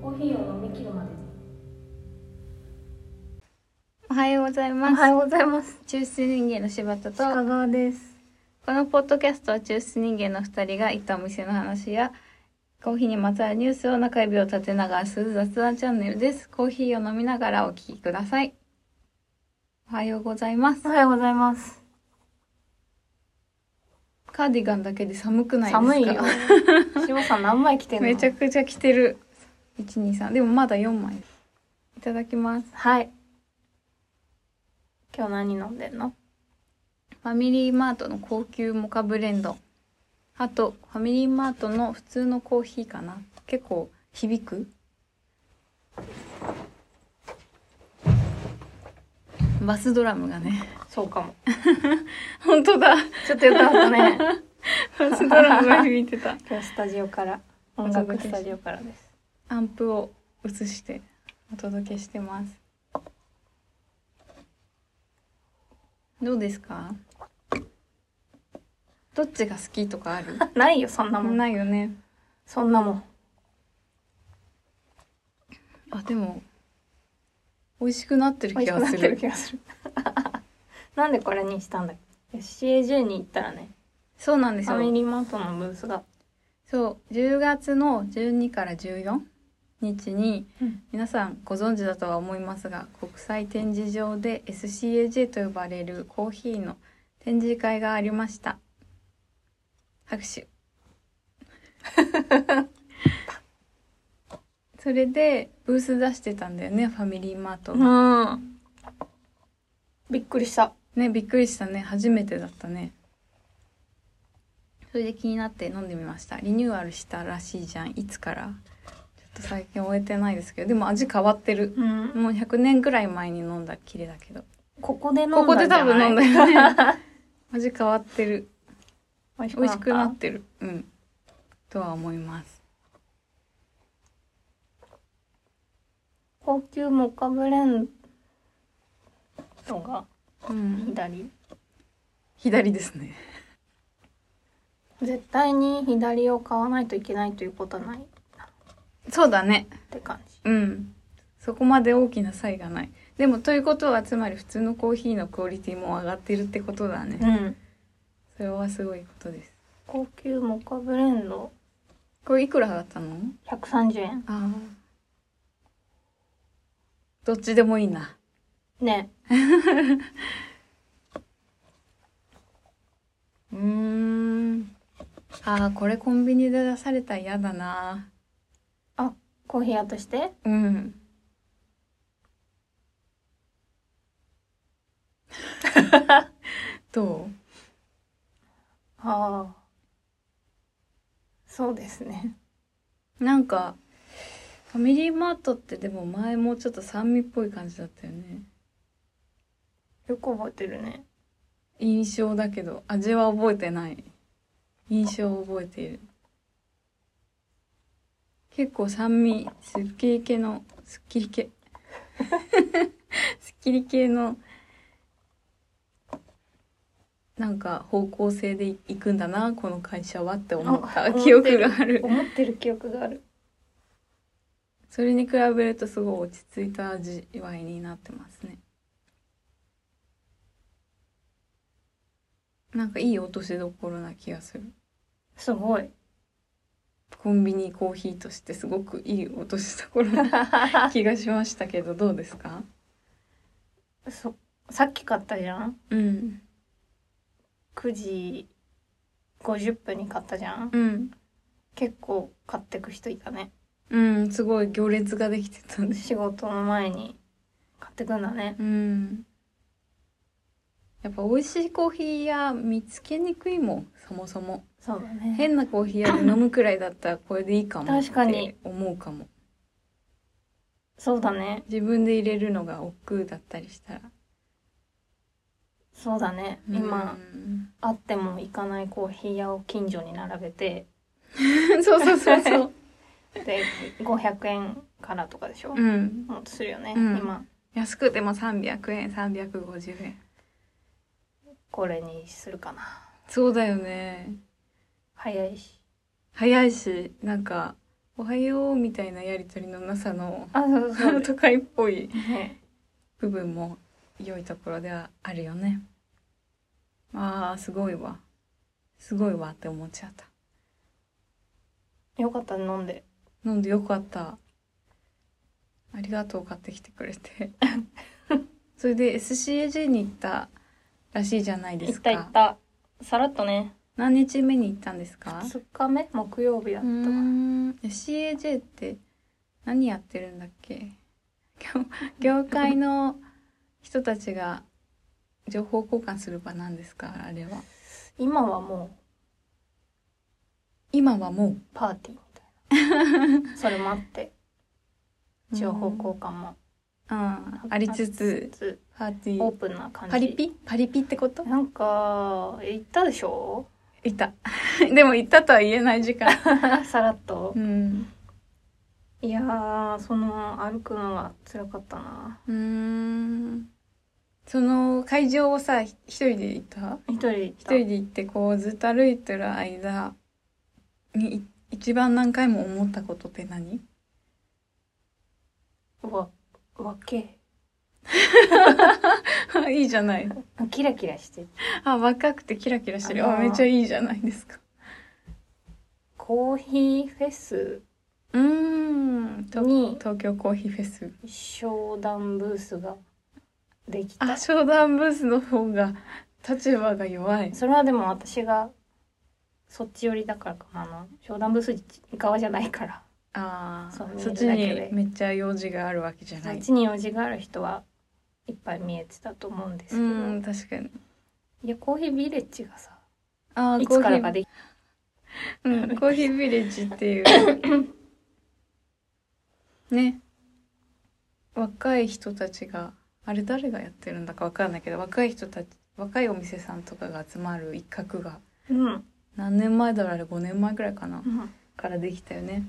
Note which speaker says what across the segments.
Speaker 1: コーヒーを飲み切るまで
Speaker 2: おはようござい
Speaker 3: お
Speaker 2: ます。
Speaker 3: はようございます。
Speaker 2: 中枢人間の柴田と、
Speaker 3: 香川です。
Speaker 2: このポッドキャストは中枢人間の二人が行ったお店の話や、コーヒーにまつわるニュースを中指を立てながらする雑談チャンネルです。コーヒーを飲みながらお聞きください。おはようございます
Speaker 3: お。はようございます。
Speaker 2: カーディガンだけで寒くないですか
Speaker 3: 寒い よ。しもさん何枚着てんの？
Speaker 2: めちゃくちゃ着てる。1、2、3。でもまだ4枚。いただきます。
Speaker 3: はい。今日何飲んでんの？
Speaker 2: ファミリーマートの高級モカブレンド。あと、ファミリーマートの普通のコーヒーかな。結構響くバスドラムがね。
Speaker 3: そうかも。
Speaker 2: 本当だ。
Speaker 3: ちょっとよかった ね。
Speaker 2: バスドラムが響いてた。
Speaker 3: 今日スタジオから音楽スタジオからです。
Speaker 2: アンプを移してお届けしてます。どうですかどっちが好きと かある
Speaker 3: ないよそんなもん。
Speaker 2: ないよね。
Speaker 3: そんなもん。
Speaker 2: あでも美味しくなってる
Speaker 3: 美
Speaker 2: 気
Speaker 3: 味しく
Speaker 2: が
Speaker 3: なっ
Speaker 2: す
Speaker 3: て
Speaker 2: る
Speaker 3: る気がする。 なんでこれにしたんだっけ ?CAJ に行ったらね、
Speaker 2: そうなんで
Speaker 3: フ
Speaker 2: す
Speaker 3: ァミ
Speaker 2: よ
Speaker 3: リーマートのブースが。
Speaker 2: そう10月の12から14日に、
Speaker 3: うん
Speaker 2: 皆さんご存知だとは思いますが国際展示場で SCAJ と呼ばれるコーヒーの展示会がありました拍 手それでブース出してたんだよねファミリーマートが、
Speaker 3: うん。びっくりした。
Speaker 2: ねびっくりしたね初めてだったねそれで気になって飲んでみましたリニューアルしたらしいじゃんいつからちょっと最近終えてないですけどでも味変わってる
Speaker 3: うん。
Speaker 2: もう100年ぐらい前に飲んだきりだけど
Speaker 3: ここで飲んだ
Speaker 2: ここで多分飲んだ
Speaker 3: よ。
Speaker 2: よ ね味変わってる
Speaker 3: 美味し
Speaker 2: 美味しく
Speaker 3: く
Speaker 2: な
Speaker 3: な
Speaker 2: っ
Speaker 3: って
Speaker 2: るうんとは思います
Speaker 3: た。高級モカブレンドが
Speaker 2: うん
Speaker 3: 左。
Speaker 2: 左ですね
Speaker 3: 絶対に左を買わないといけないということはないっ
Speaker 2: そうだね
Speaker 3: て感じ。
Speaker 2: うん。そこまで大きな差異がない。でも、ということは、つまり普通のコーヒーのクオリティも上がってるってことだね。
Speaker 3: ん。
Speaker 2: それはすごいことです。
Speaker 3: 高級モカブレンド
Speaker 2: これいくらだったの
Speaker 3: 130円。
Speaker 2: ああ。どっちでもいいな。
Speaker 3: ね。
Speaker 2: うーん。ああ、これコンビニで出されたら嫌だな。
Speaker 3: コーヒー屋として
Speaker 2: うん。どう
Speaker 3: ああ。そうですね。
Speaker 2: なんかファミリーマートってでも前もちょっと酸味っぽい感じだったよね
Speaker 3: よく覚えてるね。
Speaker 2: 印象だけど味は覚えてない印象を覚えている結構酸味すっきり系のすっきり系すっきり系のなんか方向性でいくんだなこの会社はって思った
Speaker 3: あ
Speaker 2: 記憶がある
Speaker 3: 思ってる記憶がある。
Speaker 2: それに比べるとすごい落ち着いた味わいになってますねなんかいい落としどころな気がする
Speaker 3: すごい。
Speaker 2: コンビニコーヒーとしてすごくいい落としどころな気がしましたけどどうですか
Speaker 3: そ、さっき買ったじゃん
Speaker 2: うん
Speaker 3: 9時50分に買ったじゃん
Speaker 2: うん
Speaker 3: 結構買ってく人いたね
Speaker 2: うんすごい行列ができてたね
Speaker 3: 仕事の前に買ってくんだね
Speaker 2: うんやっぱ美味しいコーヒー屋見つけにくいもんそもそも
Speaker 3: そうだね
Speaker 2: 変なコーヒー屋で飲むくらいだったらこれでいいかもっ
Speaker 3: 確かに
Speaker 2: て思うかも
Speaker 3: そうだね
Speaker 2: 自分で入れるのが億劫だったりしたら
Speaker 3: そうだね 今
Speaker 2: うん
Speaker 3: あっても行かないコーヒー屋を近所に並べて
Speaker 2: そうそうそうそう
Speaker 3: で500円からとかでしょ
Speaker 2: うん
Speaker 3: もっとするよね
Speaker 2: うん
Speaker 3: 今
Speaker 2: 安くても300円350円
Speaker 3: これにするかな
Speaker 2: そうだよね
Speaker 3: 早いし
Speaker 2: 早いしなんか「おはよう」みたいなやり取りのなさの
Speaker 3: あそうそ う
Speaker 2: 都会っぽい
Speaker 3: ね
Speaker 2: 部分も良いところではあるよねあーすごいわすごいわって思っちゃった
Speaker 3: よかったね飲んで
Speaker 2: 飲んでよかったありがとう買ってきてくれて それで SCAJ に行ったらしいじゃないで
Speaker 3: 行
Speaker 2: す
Speaker 3: っ
Speaker 2: か
Speaker 3: た行ったさらっとね
Speaker 2: 何日目に行ったんですか
Speaker 3: 2日目木曜日だっ
Speaker 2: うー
Speaker 3: た
Speaker 2: ん CAJ って何やってるんだっけ業業界の人たちが情報交換する場なんですかあれは
Speaker 3: 今はも
Speaker 2: 今はも
Speaker 3: うパーティーみたいなそれもあって
Speaker 2: う
Speaker 3: 情報交換も
Speaker 2: うん ありつつ
Speaker 3: つ
Speaker 2: パーティ
Speaker 3: オー
Speaker 2: ー
Speaker 3: プンな感じ
Speaker 2: パリピパリピってこと
Speaker 3: なんか行ったでしょ
Speaker 2: いた でも行ったとは言えない時間
Speaker 3: さらっと
Speaker 2: うん
Speaker 3: いやーその歩くのが辛かったな
Speaker 2: うーんその会場をさひ一人で行った
Speaker 3: 一人で行っ
Speaker 2: 一
Speaker 3: た
Speaker 2: 人で行ってこうずっと歩いてる間にい一番何回も思ったことって 何
Speaker 3: わわけ
Speaker 2: いいじゃない
Speaker 3: キラキラして
Speaker 2: あ若くてキラキラしてる
Speaker 3: あ
Speaker 2: あ
Speaker 3: ー
Speaker 2: めっちゃいいじゃないですか
Speaker 3: コーヒーフェス
Speaker 2: うーんと
Speaker 3: に
Speaker 2: 東京コーヒーフェス
Speaker 3: 商談ブースができた
Speaker 2: あ商談ブースの方が立場が弱い
Speaker 3: それはでも私がそっち寄りだからかなあの商談ブース側じゃないから
Speaker 2: あ
Speaker 3: そう
Speaker 2: ーそっち
Speaker 3: 見えるだけ
Speaker 2: に
Speaker 3: で
Speaker 2: めっちゃ用事があるわけじゃな
Speaker 3: そっ
Speaker 2: い
Speaker 3: ちに用事がある人はいっぱい見えてたと思うんですけ
Speaker 2: う
Speaker 3: ど、
Speaker 2: ん確かに
Speaker 3: いやコーヒービレッジがさ
Speaker 2: あー
Speaker 3: い
Speaker 2: コー
Speaker 3: つ
Speaker 2: ヒ
Speaker 3: から
Speaker 2: ー
Speaker 3: かでき
Speaker 2: うん、コーヒービレッジっていう ね若い人たちがあれ誰がやってるんだかわかんないけど若い人たち若いお店さんとかが集まる一角が
Speaker 3: うん、うん、
Speaker 2: 何年前だろうあれ5年前ぐらいかなからできたよね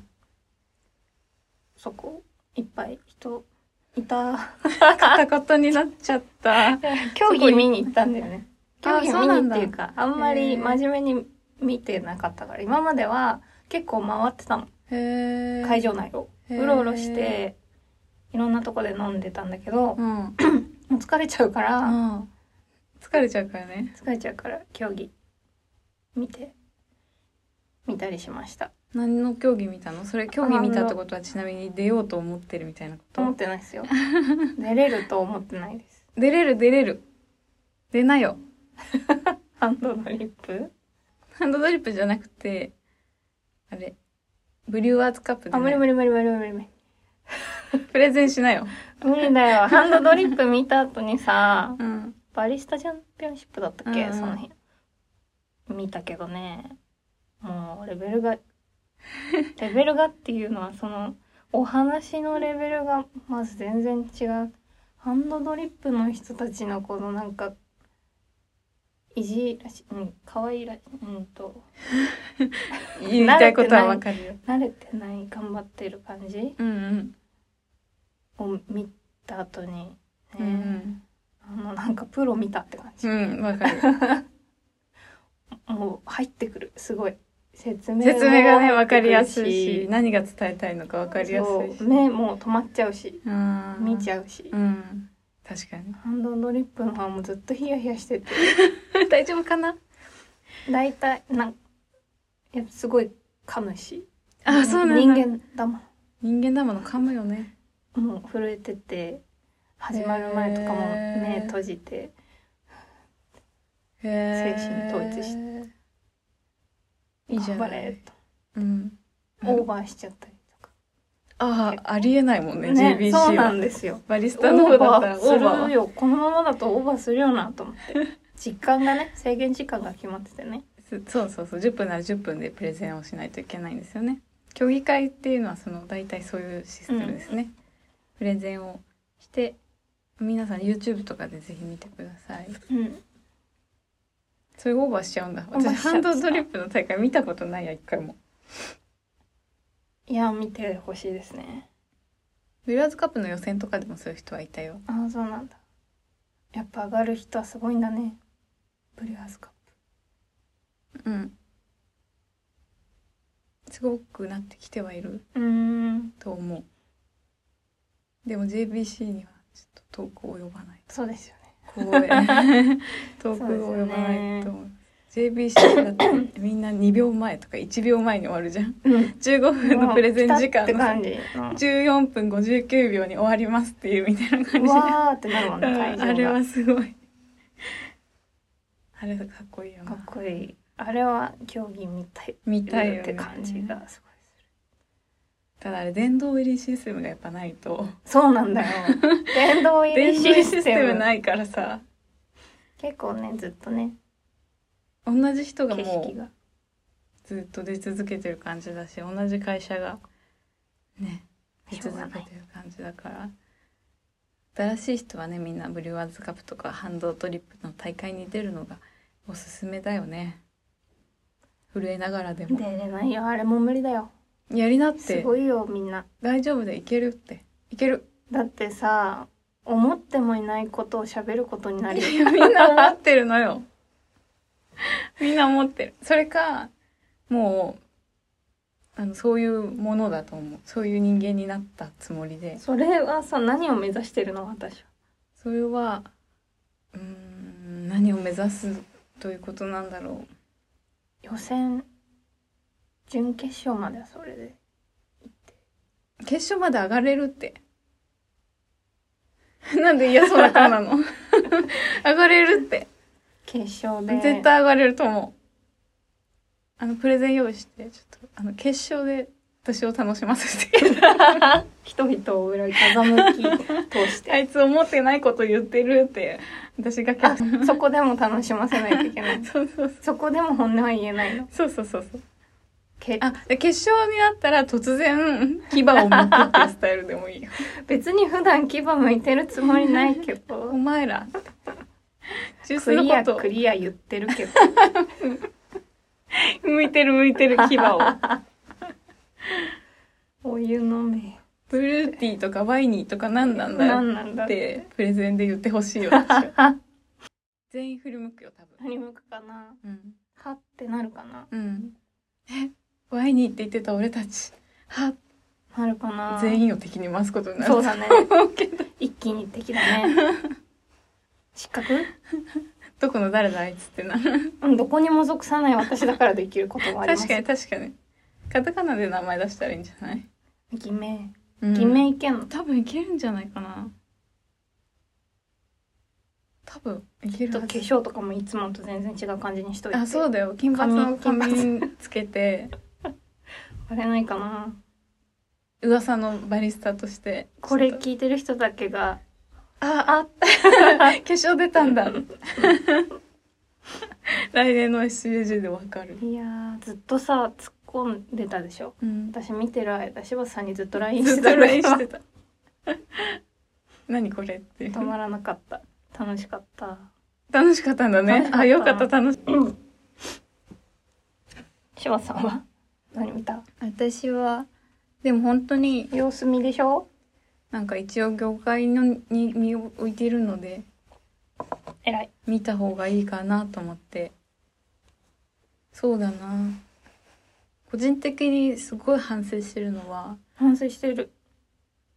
Speaker 3: そこいっぱい人いた
Speaker 2: 片言になっちゃった
Speaker 3: 競技見に行ったんだよね競
Speaker 2: あ
Speaker 3: 技
Speaker 2: そう
Speaker 3: 見
Speaker 2: な
Speaker 3: に
Speaker 2: ん
Speaker 3: っ
Speaker 2: だ
Speaker 3: ていうかあんま
Speaker 2: へ
Speaker 3: り
Speaker 2: ー
Speaker 3: 真面目に見てなかったから今までは結構回ってたの
Speaker 2: へえ
Speaker 3: 会場内を
Speaker 2: へー
Speaker 3: うろうろしていろんなとこで飲んでたんだけども
Speaker 2: うん
Speaker 3: う疲れちゃうから
Speaker 2: あ疲れちゃうからね
Speaker 3: 疲れちゃうから競技見て見たりしました
Speaker 2: 何の競技見たのそれ競技見たってことはちなみに出ようと思ってるみたいなこ
Speaker 3: 思
Speaker 2: と
Speaker 3: ってないです よ出れると思ってないです
Speaker 2: 出れる出れる出なよ
Speaker 3: ハンドドリッ プ
Speaker 2: ハンドドリップじゃなくて、あれ、ブリュワーズカップで、
Speaker 3: あ無理無理無理無理無理無理
Speaker 2: プレゼンしなよ。
Speaker 3: 無理だ よ。ハンドドリップ見た後にさ、
Speaker 2: うん。
Speaker 3: バリスタチャンピオンシップだったっけ、
Speaker 2: うんうん
Speaker 3: その日。見たけどね、もうレベ ルが、レベルがっていうのはその、お話のレベルがまず全然違う。ハンドドリップの人たちのこのなんか、いじらし、うん、可愛いらし、うんと、
Speaker 2: 言いたいことはわかるよ。
Speaker 3: 慣れてない、頑張ってる感じ
Speaker 2: うんうん。
Speaker 3: を見た後に、ね、
Speaker 2: うん
Speaker 3: あの、なんかプロ見たって感じ
Speaker 2: う。ん。うん、わか る。
Speaker 3: もう入ってくるすごい説明も
Speaker 2: 説明がね、わかりやすい
Speaker 3: 入って
Speaker 2: し、
Speaker 3: くる
Speaker 2: 何が伝えたいのかわかりやすい
Speaker 3: そ
Speaker 2: し。
Speaker 3: う目もう止まっちゃうし
Speaker 2: うん。
Speaker 3: 見ち
Speaker 2: ゃ
Speaker 3: ゃうし、
Speaker 2: うん。確かに。
Speaker 3: ハンドドリップの方はもうずっとヒヤヒヤしてて
Speaker 2: 大丈夫かな
Speaker 3: 大体なんやっぱすごい噛むし
Speaker 2: あ、そうなんだ。
Speaker 3: 人間だも
Speaker 2: 人間だもの噛むよね。
Speaker 3: んもう震えてて始まる前とかも
Speaker 2: へー
Speaker 3: 目閉じて
Speaker 2: へー
Speaker 3: 精神統一し
Speaker 2: いいじゃ
Speaker 3: 頑張
Speaker 2: な
Speaker 3: れ
Speaker 2: い。
Speaker 3: と
Speaker 2: うん。
Speaker 3: オーバーしちゃったりとか、
Speaker 2: ああ、ありえないもんね、GBC
Speaker 3: そうな
Speaker 2: は。
Speaker 3: んですよ
Speaker 2: バリス
Speaker 3: オ
Speaker 2: タの方
Speaker 3: ー
Speaker 2: だっ
Speaker 3: バ
Speaker 2: たら
Speaker 3: ー
Speaker 2: オーバーは
Speaker 3: するよこのままだとオーバーするよなと思って時間がね制限時間が決まっててね
Speaker 2: すそうそうそう10分なら10分でプレゼンをしないといけないんですよね競技会っていうのはその大体そういうシステムですね、プレゼンをして皆さん YouTube とかでぜひ見てください
Speaker 3: うん
Speaker 2: それオーバーしちゃうんだ
Speaker 3: オーバー
Speaker 2: 私
Speaker 3: しちゃ
Speaker 2: ハ
Speaker 3: う
Speaker 2: ンドドリップの大会見たことないや一回も
Speaker 3: いや見てほしいですね
Speaker 2: ウィラーズカップの予選とかでもそういう人はいたよ
Speaker 3: ああそうなんだやっぱ上がる人はすごいんだねブリュワーズカッ
Speaker 2: うんすごくなってきてはいる
Speaker 3: プうーん
Speaker 2: と思うでも JBC にはちょっと遠く及ば ない
Speaker 3: そうですよね
Speaker 2: ここへ遠く及ばないと思う JBC だってみんな2秒前とか1秒前に終わるじゃん
Speaker 3: うん
Speaker 2: 15分のプレゼン時間
Speaker 3: って
Speaker 2: のさ
Speaker 3: 感じうん
Speaker 2: 14分59秒に終わりますっていうみたいな感
Speaker 3: う
Speaker 2: じで
Speaker 3: わーってなるも んね会場
Speaker 2: あ
Speaker 3: が
Speaker 2: れはすごいあれかっこいいよ
Speaker 3: かっ
Speaker 2: な
Speaker 3: こいいあれは競技みたい
Speaker 2: 見たいよね
Speaker 3: って感じがすごいする
Speaker 2: ただあれ電動入りシステムがやっぱないと
Speaker 3: そうな んだよ電動入り
Speaker 2: 電動入
Speaker 3: シ
Speaker 2: り
Speaker 3: ス
Speaker 2: シス
Speaker 3: テ
Speaker 2: テム
Speaker 3: ム
Speaker 2: ないからさ
Speaker 3: 結構ねずっとね
Speaker 2: 同じ人が
Speaker 3: 景
Speaker 2: も
Speaker 3: 色
Speaker 2: う
Speaker 3: が
Speaker 2: ずっと出続けてる感じだし同じ会社がね出
Speaker 3: しょう
Speaker 2: 続
Speaker 3: が
Speaker 2: けて
Speaker 3: ない
Speaker 2: る感じだから新しい人はねみんなブリュワーズカップとかハンドトリップの大会に出るのがおすすめだよね震えながらで
Speaker 3: 出
Speaker 2: も
Speaker 3: れないよあれも無理だよ
Speaker 2: やりなっ
Speaker 3: す
Speaker 2: て
Speaker 3: ごいよみんな
Speaker 2: 大丈夫でいけるっていける
Speaker 3: だってさ思ってもいないことを喋ることにないる
Speaker 2: や
Speaker 3: よ
Speaker 2: いやみんな思ってるのよみんな思ってるそれかもうあのそういうものだと思うそういう人間になったつもりで
Speaker 3: それはさ何を目指してるの私は
Speaker 2: それはうーん何を目指すということなんだろ
Speaker 3: 予選準決勝まではそれで
Speaker 2: う決勝まで上がれるって なんで嫌そうな顔なの 上がれるって
Speaker 3: 決勝で
Speaker 2: 絶対上がれると思うあのプレゼン用意してちょっとあの決勝で私を楽しませて
Speaker 3: 人々を裏切り風向き通して
Speaker 2: あいつ思ってないこと言ってるって私が
Speaker 3: あ
Speaker 2: 決勝
Speaker 3: そこでも楽しませないといけ ない
Speaker 2: そうそう
Speaker 3: そこでも本音は言えないの
Speaker 2: そうそうそうそう
Speaker 3: け
Speaker 2: あで決勝になったら突然牙をむくっていうスタイルでもいいよ
Speaker 3: 別に普段牙向いてるつもりないけ
Speaker 2: お
Speaker 3: ど
Speaker 2: 前ら。ジュー
Speaker 3: ク
Speaker 2: スの
Speaker 3: リア
Speaker 2: こと
Speaker 3: クリア言ってるけど
Speaker 2: 向いてる向いてる牙 を。
Speaker 3: お湯飲め
Speaker 2: ブルーティーとかワイニーとか何なんだ
Speaker 3: 何
Speaker 2: よ
Speaker 3: なんだ
Speaker 2: っ
Speaker 3: って
Speaker 2: てプレゼンで言ってほし いよ。私は全員振り向くよ多分。
Speaker 3: 何向くかな
Speaker 2: うん。
Speaker 3: はってなるかな
Speaker 2: うん。え、ワイニーって言ってた俺たち。は、
Speaker 3: なるかな
Speaker 2: 全員を敵に回すことになる
Speaker 3: そうだね
Speaker 2: と思うけど。
Speaker 3: 一気に敵だね失格
Speaker 2: どこの誰だあいつって な。
Speaker 3: うんどこにも属さない私だからできることはあります
Speaker 2: 確かに確かに。カタカナで名前出したらいいんじゃない
Speaker 3: 偽名
Speaker 2: うん
Speaker 3: 偽名いけんの、
Speaker 2: 多分いけるんじゃないかな。多分いける
Speaker 3: と
Speaker 2: は
Speaker 3: 化
Speaker 2: ず。
Speaker 3: 粧とかもいつもと全然違う感じにしといて
Speaker 2: あそうだよ金髪の
Speaker 3: 髪
Speaker 2: 髪つけて
Speaker 3: バレないかな
Speaker 2: 噂のバリスタとして
Speaker 3: これ
Speaker 2: ちょっと
Speaker 3: 聞いてる人だけが
Speaker 2: あ あ化粧出たんだ 来年の SCG でわかる、
Speaker 3: いやーずっとさ突っ込んでたでしょ
Speaker 2: うん、
Speaker 3: 私見てる間柴田さんにずっと LINE
Speaker 2: ず
Speaker 3: し
Speaker 2: って
Speaker 3: た
Speaker 2: と
Speaker 3: から
Speaker 2: LINE してた 何これっていう
Speaker 3: 止まらなかった楽しかった
Speaker 2: 楽しかったんだ
Speaker 3: 楽
Speaker 2: ね
Speaker 3: しかった
Speaker 2: あよかった楽し
Speaker 3: 柴田さんは何見た
Speaker 2: 私はでも本当に
Speaker 3: 様子見でしょ
Speaker 2: なんか一応業界のに身を置いているので
Speaker 3: 偉い
Speaker 2: 見た方がいいかなと思ってそうだな個人的にすごい反省してるのは
Speaker 3: 反省してる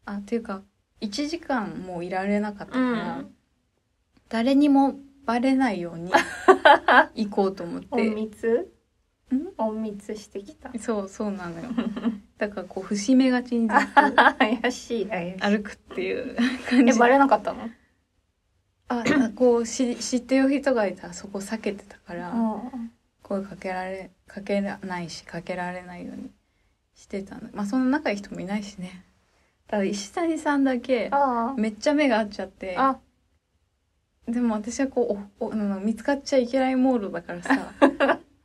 Speaker 2: あっていうか1時間もういられなかったから、
Speaker 3: うん
Speaker 2: 誰にもバレないよう に行こうと思っ
Speaker 3: 隠
Speaker 2: て
Speaker 3: 密
Speaker 2: ん
Speaker 3: 隠密してきた
Speaker 2: そうそうなのよだからこう節目がちにずっと
Speaker 3: 怪しい怪しい
Speaker 2: 歩くっていう感
Speaker 3: え
Speaker 2: じ
Speaker 3: バレなかったの
Speaker 2: ああこうし知ってる人がいたらそこ避けてたから、声かけられかけらないしかけられないようにしてたのまあそんな仲いい人もいないしねただ石谷さんだけ
Speaker 3: あ
Speaker 2: めっちゃ目が合っちゃって
Speaker 3: あ
Speaker 2: でも私はこうおおあの見つかっちゃいけないモードだから さ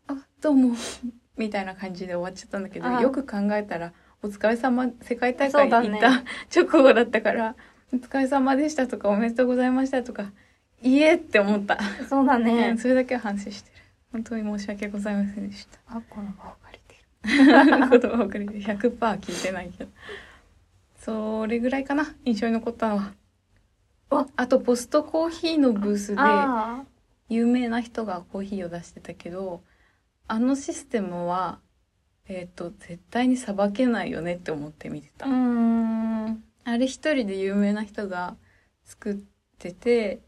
Speaker 2: あどうもみたいな感じで終わっちゃったんだけど
Speaker 3: あ
Speaker 2: よく考えたら「お疲れ様世界大
Speaker 3: そ
Speaker 2: 会
Speaker 3: うだ
Speaker 2: 行
Speaker 3: ね
Speaker 2: った、 直後だったから「お疲れ様でした」とか「おめでとうございました」とか「いえ」って思った、
Speaker 3: あそうだ
Speaker 2: う
Speaker 3: ね
Speaker 2: んそれだけは反省してる本当に申し訳ございませんでした
Speaker 3: あこの場を借りてる
Speaker 2: 言葉をくれて100%聞いてないけどそれぐらいかな印象に残ったのは
Speaker 3: わ
Speaker 2: あとポストコーヒーのブースで
Speaker 3: あ
Speaker 2: 有名な人がコーヒーを出してたけどあのシステムはえっ、と絶対にさばけないよねって思って見て
Speaker 3: あ
Speaker 2: た、
Speaker 3: うーん
Speaker 2: あれ一人で有名な人が作ってて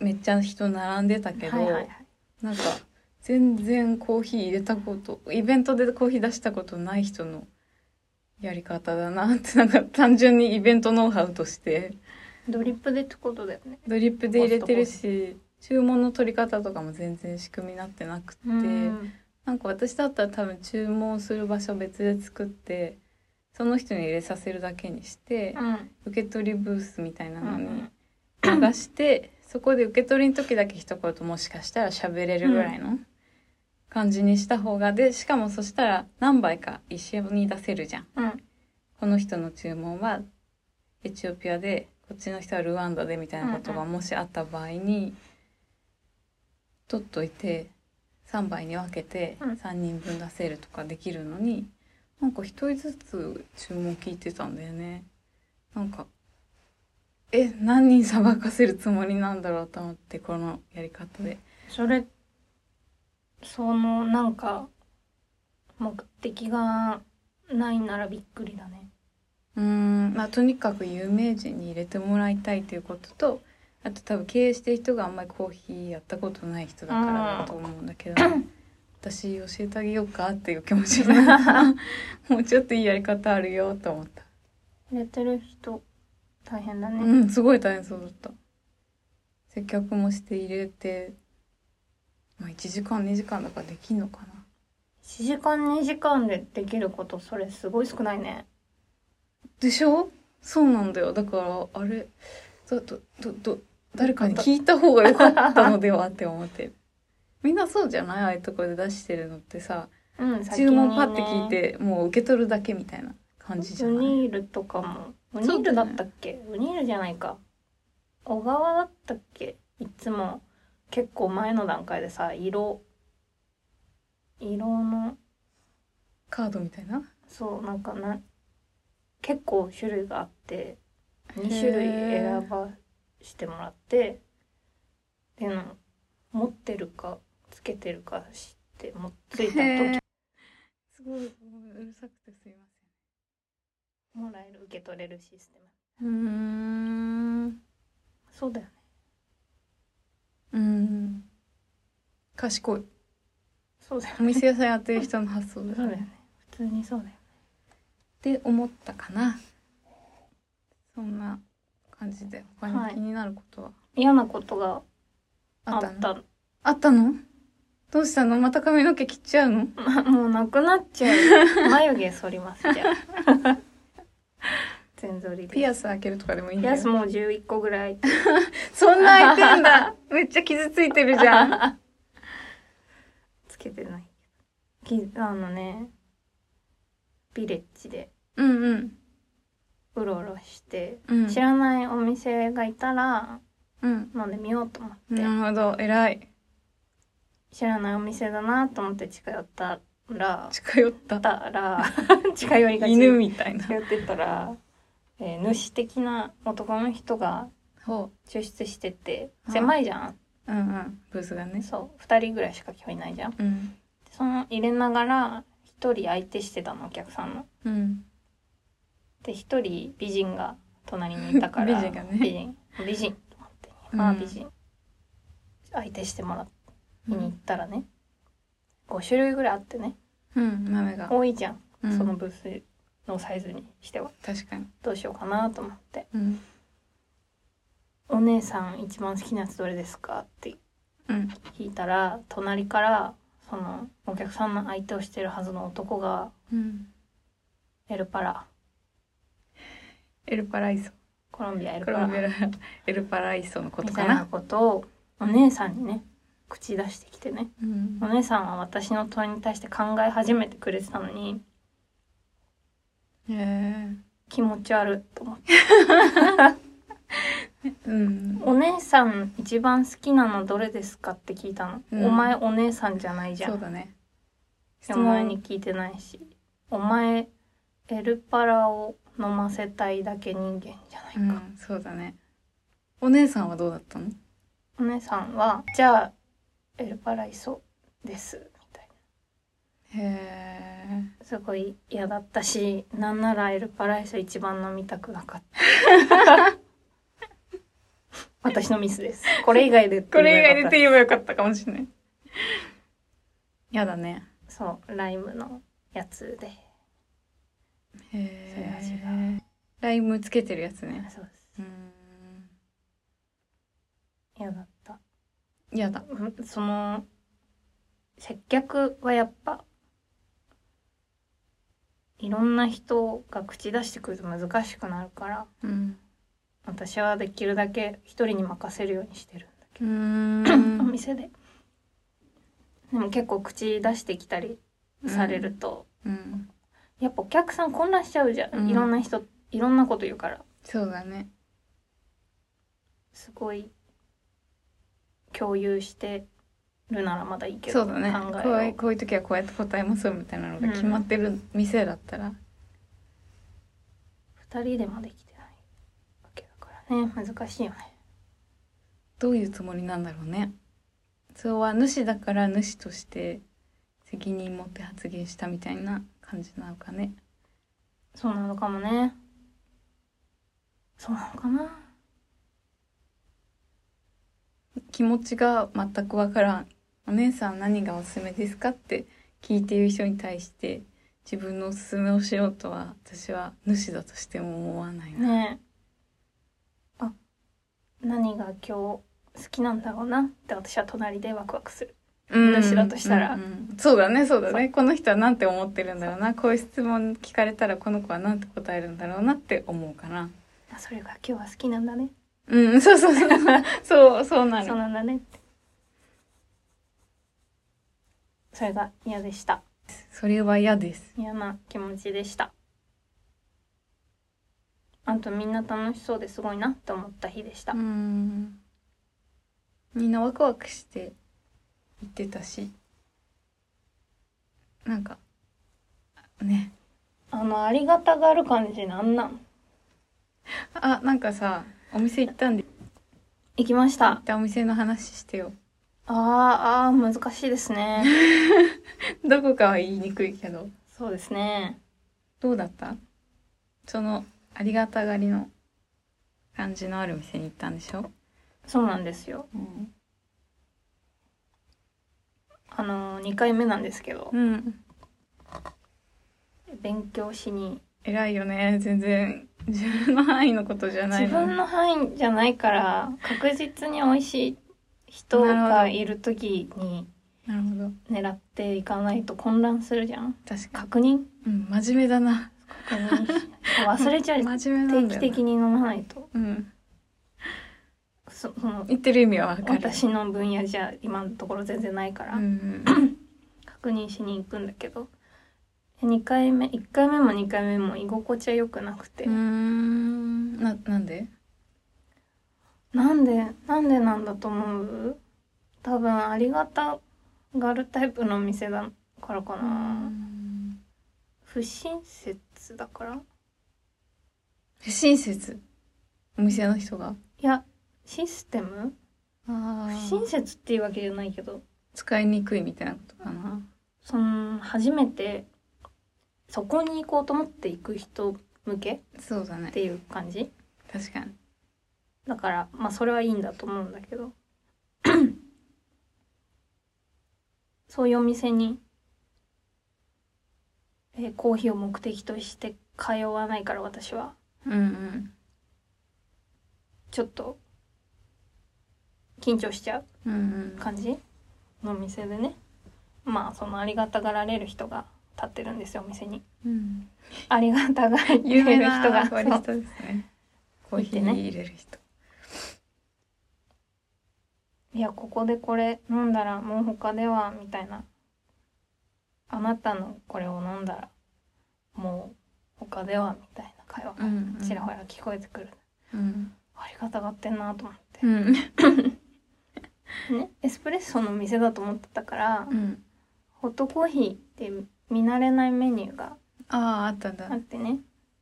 Speaker 2: めっちゃ人並んでたけど、
Speaker 3: はいはいはい
Speaker 2: なんか全然コーヒー入れたことイベントでコーヒー出したことない人のやり方だなってなんか単純にイベントノウハウとして
Speaker 3: ドリップでってことだよね
Speaker 2: ドリップで入れてるし注文の取り方とかも全然仕組みになってなくて
Speaker 3: うん
Speaker 2: なんか私だったら多分注文する場所別で作ってその人に入れさせるだけにして
Speaker 3: うん
Speaker 2: 受け取りブースみたいなのに
Speaker 3: うん
Speaker 2: 流してそこで受け取りの時だけ一言もしかしたら喋れるぐらいの感じにした方がでしかもそしたら何杯か一緒に出せるじゃん
Speaker 3: うん
Speaker 2: この人の注文はエチオピアでこっちの人はルワンダでみたいなことがもしあった場合に取っといて3杯に分けて
Speaker 3: うん
Speaker 2: 3人分出せるとかできるのになんか1人ずつ注文聞いてたんだよねなんかえ何人さばかせるつもりなんだろうと思ってこのやり方で
Speaker 3: それそのなんか目的がないならびっくりだね
Speaker 2: うーんまあとにかく有名人に入れてもらいたいということとあと多分経営してる人があんまりコーヒーやったことない人だからだと思うんだけど、私教えてあげようかっていう気持ちになった もうちょっといいやり方あるよと思った、
Speaker 3: 入れてる人大変だね、
Speaker 2: うんすごい大変そうだった接客もして入れて、まあ、1時間2時間だからできんのかな
Speaker 3: 1時間2時間でできることそれすごい少ないね
Speaker 2: でしょそうなんだよだからあれどどどど誰かに聞いた方が良かったのではって思って るみんなそうじゃないああいうところで出してるのってさ
Speaker 3: うん先に
Speaker 2: 注
Speaker 3: ね
Speaker 2: 文パッて聞いてもう受け取るだけみたいな感じじゃ
Speaker 3: ウ
Speaker 2: ない
Speaker 3: ニールとかもウニールだったっけ、ウニールじゃないか小川だったっけいつも結構前の段階でさ色色の
Speaker 2: カードみたいな
Speaker 3: そうなんかな結構種類があって2種類選ばしてもらってでの持ってるかつけてるか知ってもうついた時
Speaker 2: すごいうるさくてすいま
Speaker 3: もらえる受け取れるシステム
Speaker 2: せんうん
Speaker 3: そうだよね
Speaker 2: うん賢い
Speaker 3: そうだよ
Speaker 2: お店屋さんやってる人の発想
Speaker 3: そう
Speaker 2: だ
Speaker 3: だ
Speaker 2: よね
Speaker 3: よね普通にそうだよね
Speaker 2: って思ったかなそんな感じで他
Speaker 3: はい
Speaker 2: に気になることは
Speaker 3: 嫌なことが
Speaker 2: あ
Speaker 3: あ
Speaker 2: っ
Speaker 3: ったた
Speaker 2: のあったのどうしたのまた髪の毛切っちゃうの
Speaker 3: まもうなくなっちゃう眉毛剃りますじゃあ 全剃りで
Speaker 2: ピアス開けるとかでもいいん
Speaker 3: ピ
Speaker 2: だ
Speaker 3: アス
Speaker 2: よ
Speaker 3: もう11個ぐらい
Speaker 2: そんな開いてんだめっちゃ傷ついてるじゃ ん
Speaker 3: つけてないきあのねビレッジで
Speaker 2: うんうん
Speaker 3: うろうろして、
Speaker 2: うん
Speaker 3: 知らないお店がいたら
Speaker 2: うん
Speaker 3: 飲んでみようと思って、
Speaker 2: なるほど偉い
Speaker 3: 知らないお店だなと思って近寄ったら
Speaker 2: 近寄った
Speaker 3: たら近寄りがち
Speaker 2: 犬みたいな
Speaker 3: 近寄ってたら、えー主的な男の人が
Speaker 2: ほ
Speaker 3: 抽出してて
Speaker 2: はい
Speaker 3: 狭いじゃ
Speaker 2: ううんうんブースが
Speaker 3: ん
Speaker 2: ね
Speaker 3: そう2人ぐらいしか基本いないじゃん
Speaker 2: うん
Speaker 3: その入れながら1人相手してたのお客さんの
Speaker 2: うん
Speaker 3: で1人美人が隣にいたから
Speaker 2: 美人がね
Speaker 3: 美人美人と思って、
Speaker 2: うん
Speaker 3: まあ美人相手してもらいに行ったらね、5種類ぐらいあってね
Speaker 2: うん豆が
Speaker 3: 多いじゃん、
Speaker 2: うん
Speaker 3: そのブースのサイズにしては
Speaker 2: 確かに
Speaker 3: どうしようかなと思って
Speaker 2: うん
Speaker 3: 「お姉さん一番好きなやつどれですか?」って
Speaker 2: うん
Speaker 3: 聞いたら隣からそのお客さんの相手をしてるはずの男が
Speaker 2: うん
Speaker 3: エルパラ
Speaker 2: エルパライソ
Speaker 3: コロンビアエル
Speaker 2: コ
Speaker 3: パ
Speaker 2: ロ
Speaker 3: ラ
Speaker 2: ンビアエルパライソのこ
Speaker 3: み
Speaker 2: と
Speaker 3: た
Speaker 2: か
Speaker 3: いな
Speaker 2: な
Speaker 3: ことをお姉さんにね口出してきてね
Speaker 2: うん
Speaker 3: お姉さんは私の問いに対して考え始めてくれてたのに
Speaker 2: へえ
Speaker 3: 気持ち悪いと思って
Speaker 2: うん
Speaker 3: お姉さん一番好きなのどれですかって聞いたの、
Speaker 2: うん
Speaker 3: お前お姉さんじゃないじゃ
Speaker 2: そうんだね質
Speaker 3: お前
Speaker 2: 問
Speaker 3: に聞いてないしお前エルパラを飲ませたいだけ人間じゃないか、
Speaker 2: うん、そうだねお姉さんはどうだったの
Speaker 3: お姉さんは「じゃあエルパライソです」みたい
Speaker 2: へえ
Speaker 3: なすごい嫌だったしなんならエルパライソ一番飲みたくなかった 私のミスですこれ以外でって
Speaker 2: こ
Speaker 3: 言
Speaker 2: れ以
Speaker 3: えばよかった
Speaker 2: 外で言えばよかったかもしれないやだね
Speaker 3: そうライムのやつで
Speaker 2: へ
Speaker 3: そうい
Speaker 2: え
Speaker 3: う
Speaker 2: ライムつけてるやつね
Speaker 3: そうです
Speaker 2: うん
Speaker 3: 嫌だった
Speaker 2: やだ
Speaker 3: うんその接客はやっぱいろんな人が口出してくると難しくなるから
Speaker 2: うん
Speaker 3: 私はできるだけ一人に任せるようにしてるんだけ
Speaker 2: うー
Speaker 3: ど、お
Speaker 2: ん
Speaker 3: 店ででも結構口出してきたりされると、
Speaker 2: うん
Speaker 3: やっぱお客さん混乱しちゃうじゃん、
Speaker 2: うん
Speaker 3: いろんな人いろんなこと言うから
Speaker 2: そうだね
Speaker 3: すごい共有してるならまだいいけ
Speaker 2: そ
Speaker 3: ど
Speaker 2: うだね
Speaker 3: 考え
Speaker 2: こ
Speaker 3: を
Speaker 2: ういうこういう時はこうやって答えますよみたいなのが決まってる店だったら
Speaker 3: 二人でもできてないわけだからね難しいよね
Speaker 2: どういうつもりなんだろうねそれは主だから主として責任持って発言したみたいな感じなのかね
Speaker 3: そうなのかもねそうなのかな
Speaker 2: 気持ちが全くわからん「お姉さん何がおすすめですか?」って聞いている人に対して自分のおすすめをしようとは私は主だとしても思わないな、
Speaker 3: ねえあ何が今日好きなんだろうなって私は隣でワクワクする
Speaker 2: うん
Speaker 3: 主だとしたら
Speaker 2: うんうんそうだねそうだねこの人は何て思ってるんだろうなこういう質問聞かれたらこの子は何て答えるんだろうなって思うかな
Speaker 3: あそれが今日は好きなんだね
Speaker 2: うんそうそうそうそうそうなる
Speaker 3: そうなんだねってそれが嫌でした
Speaker 2: それは嫌です。
Speaker 3: 嫌な気持ちでしたあとみんな楽しそうですごいなって思った日でした、
Speaker 2: ん。みんなワクワクして行ってたし、なんか、ね。
Speaker 3: あのありがたがある感じなんなん
Speaker 2: あ、なんかさ、お店行ったんで、
Speaker 3: 行きまし
Speaker 2: 行
Speaker 3: た
Speaker 2: ったお店の話してよ。
Speaker 3: あーあー難しいです ね
Speaker 2: どこかは言いにくいけど、
Speaker 3: そうですね
Speaker 2: どうだったその、ありがたがりの感じのある店に行ったんでしょ
Speaker 3: そうなんですよ
Speaker 2: うん。
Speaker 3: あの2回目なんですけど
Speaker 2: うん。
Speaker 3: 勉強しに
Speaker 2: 偉いよね。全然、自分の範囲のことじゃない
Speaker 3: 自分の範囲じゃないから確実に美味しい人がいる時に
Speaker 2: なるほど。
Speaker 3: 狙っていかないと混乱するじゃん
Speaker 2: 確か
Speaker 3: 確認
Speaker 2: うん、真面目だな。
Speaker 3: 確 認し忘れちゃう
Speaker 2: 真面目なんだ
Speaker 3: 定期
Speaker 2: よな
Speaker 3: 的に飲まないと
Speaker 2: うん。
Speaker 3: そその
Speaker 2: 言ってる意味はわかる。
Speaker 3: 私の分野じゃ今のところ全然ないから、
Speaker 2: うん
Speaker 3: 確認しに行くんだけど2回目1回目も2回目も居心地は良くなくて、
Speaker 2: うん。うーん。な、なんで
Speaker 3: なんでなんでなんだと思う多分ありがたがるタイプの店だからかな、
Speaker 2: うん
Speaker 3: 不親切だから
Speaker 2: 不親切。お店の人が。
Speaker 3: いやシステム
Speaker 2: あ
Speaker 3: 不
Speaker 2: 親
Speaker 3: 親
Speaker 2: 切。
Speaker 3: 切っていうわけじゃないけど
Speaker 2: 使いにくいみたいなことかな。
Speaker 3: その初めてそこに行こうと思って行く人向け
Speaker 2: そうだね
Speaker 3: っ。ていう感じ
Speaker 2: 確かに。
Speaker 3: だからまあそれはいいんだと思うんだけど そういうお店に、えーコーヒーを目的として通わないから私は
Speaker 2: うんうん。
Speaker 3: ちょっと緊張しちゃう
Speaker 2: うんうん。
Speaker 3: 感じのお店でねまあそのありがたがられる人が立ってるんですよお店に
Speaker 2: うん。
Speaker 3: ありがたがられる
Speaker 2: 有名
Speaker 3: 人
Speaker 2: な
Speaker 3: が
Speaker 2: バリスタですね。コーヒー入れる人。
Speaker 3: いやここでこれ飲んだらもう他ではみたいなあなたのこれを飲んだらもう他ではみたいな会話が
Speaker 2: ん
Speaker 3: ちらほら聞こえてくる、
Speaker 2: うん。
Speaker 3: ありがたがってんなと思って
Speaker 2: う、ん。
Speaker 3: ねエスプレッソの店だと思ってたから、
Speaker 2: うん。
Speaker 3: ホットコーヒーって見慣れないメニューが
Speaker 2: ああ、あったんだ
Speaker 3: あっ。てね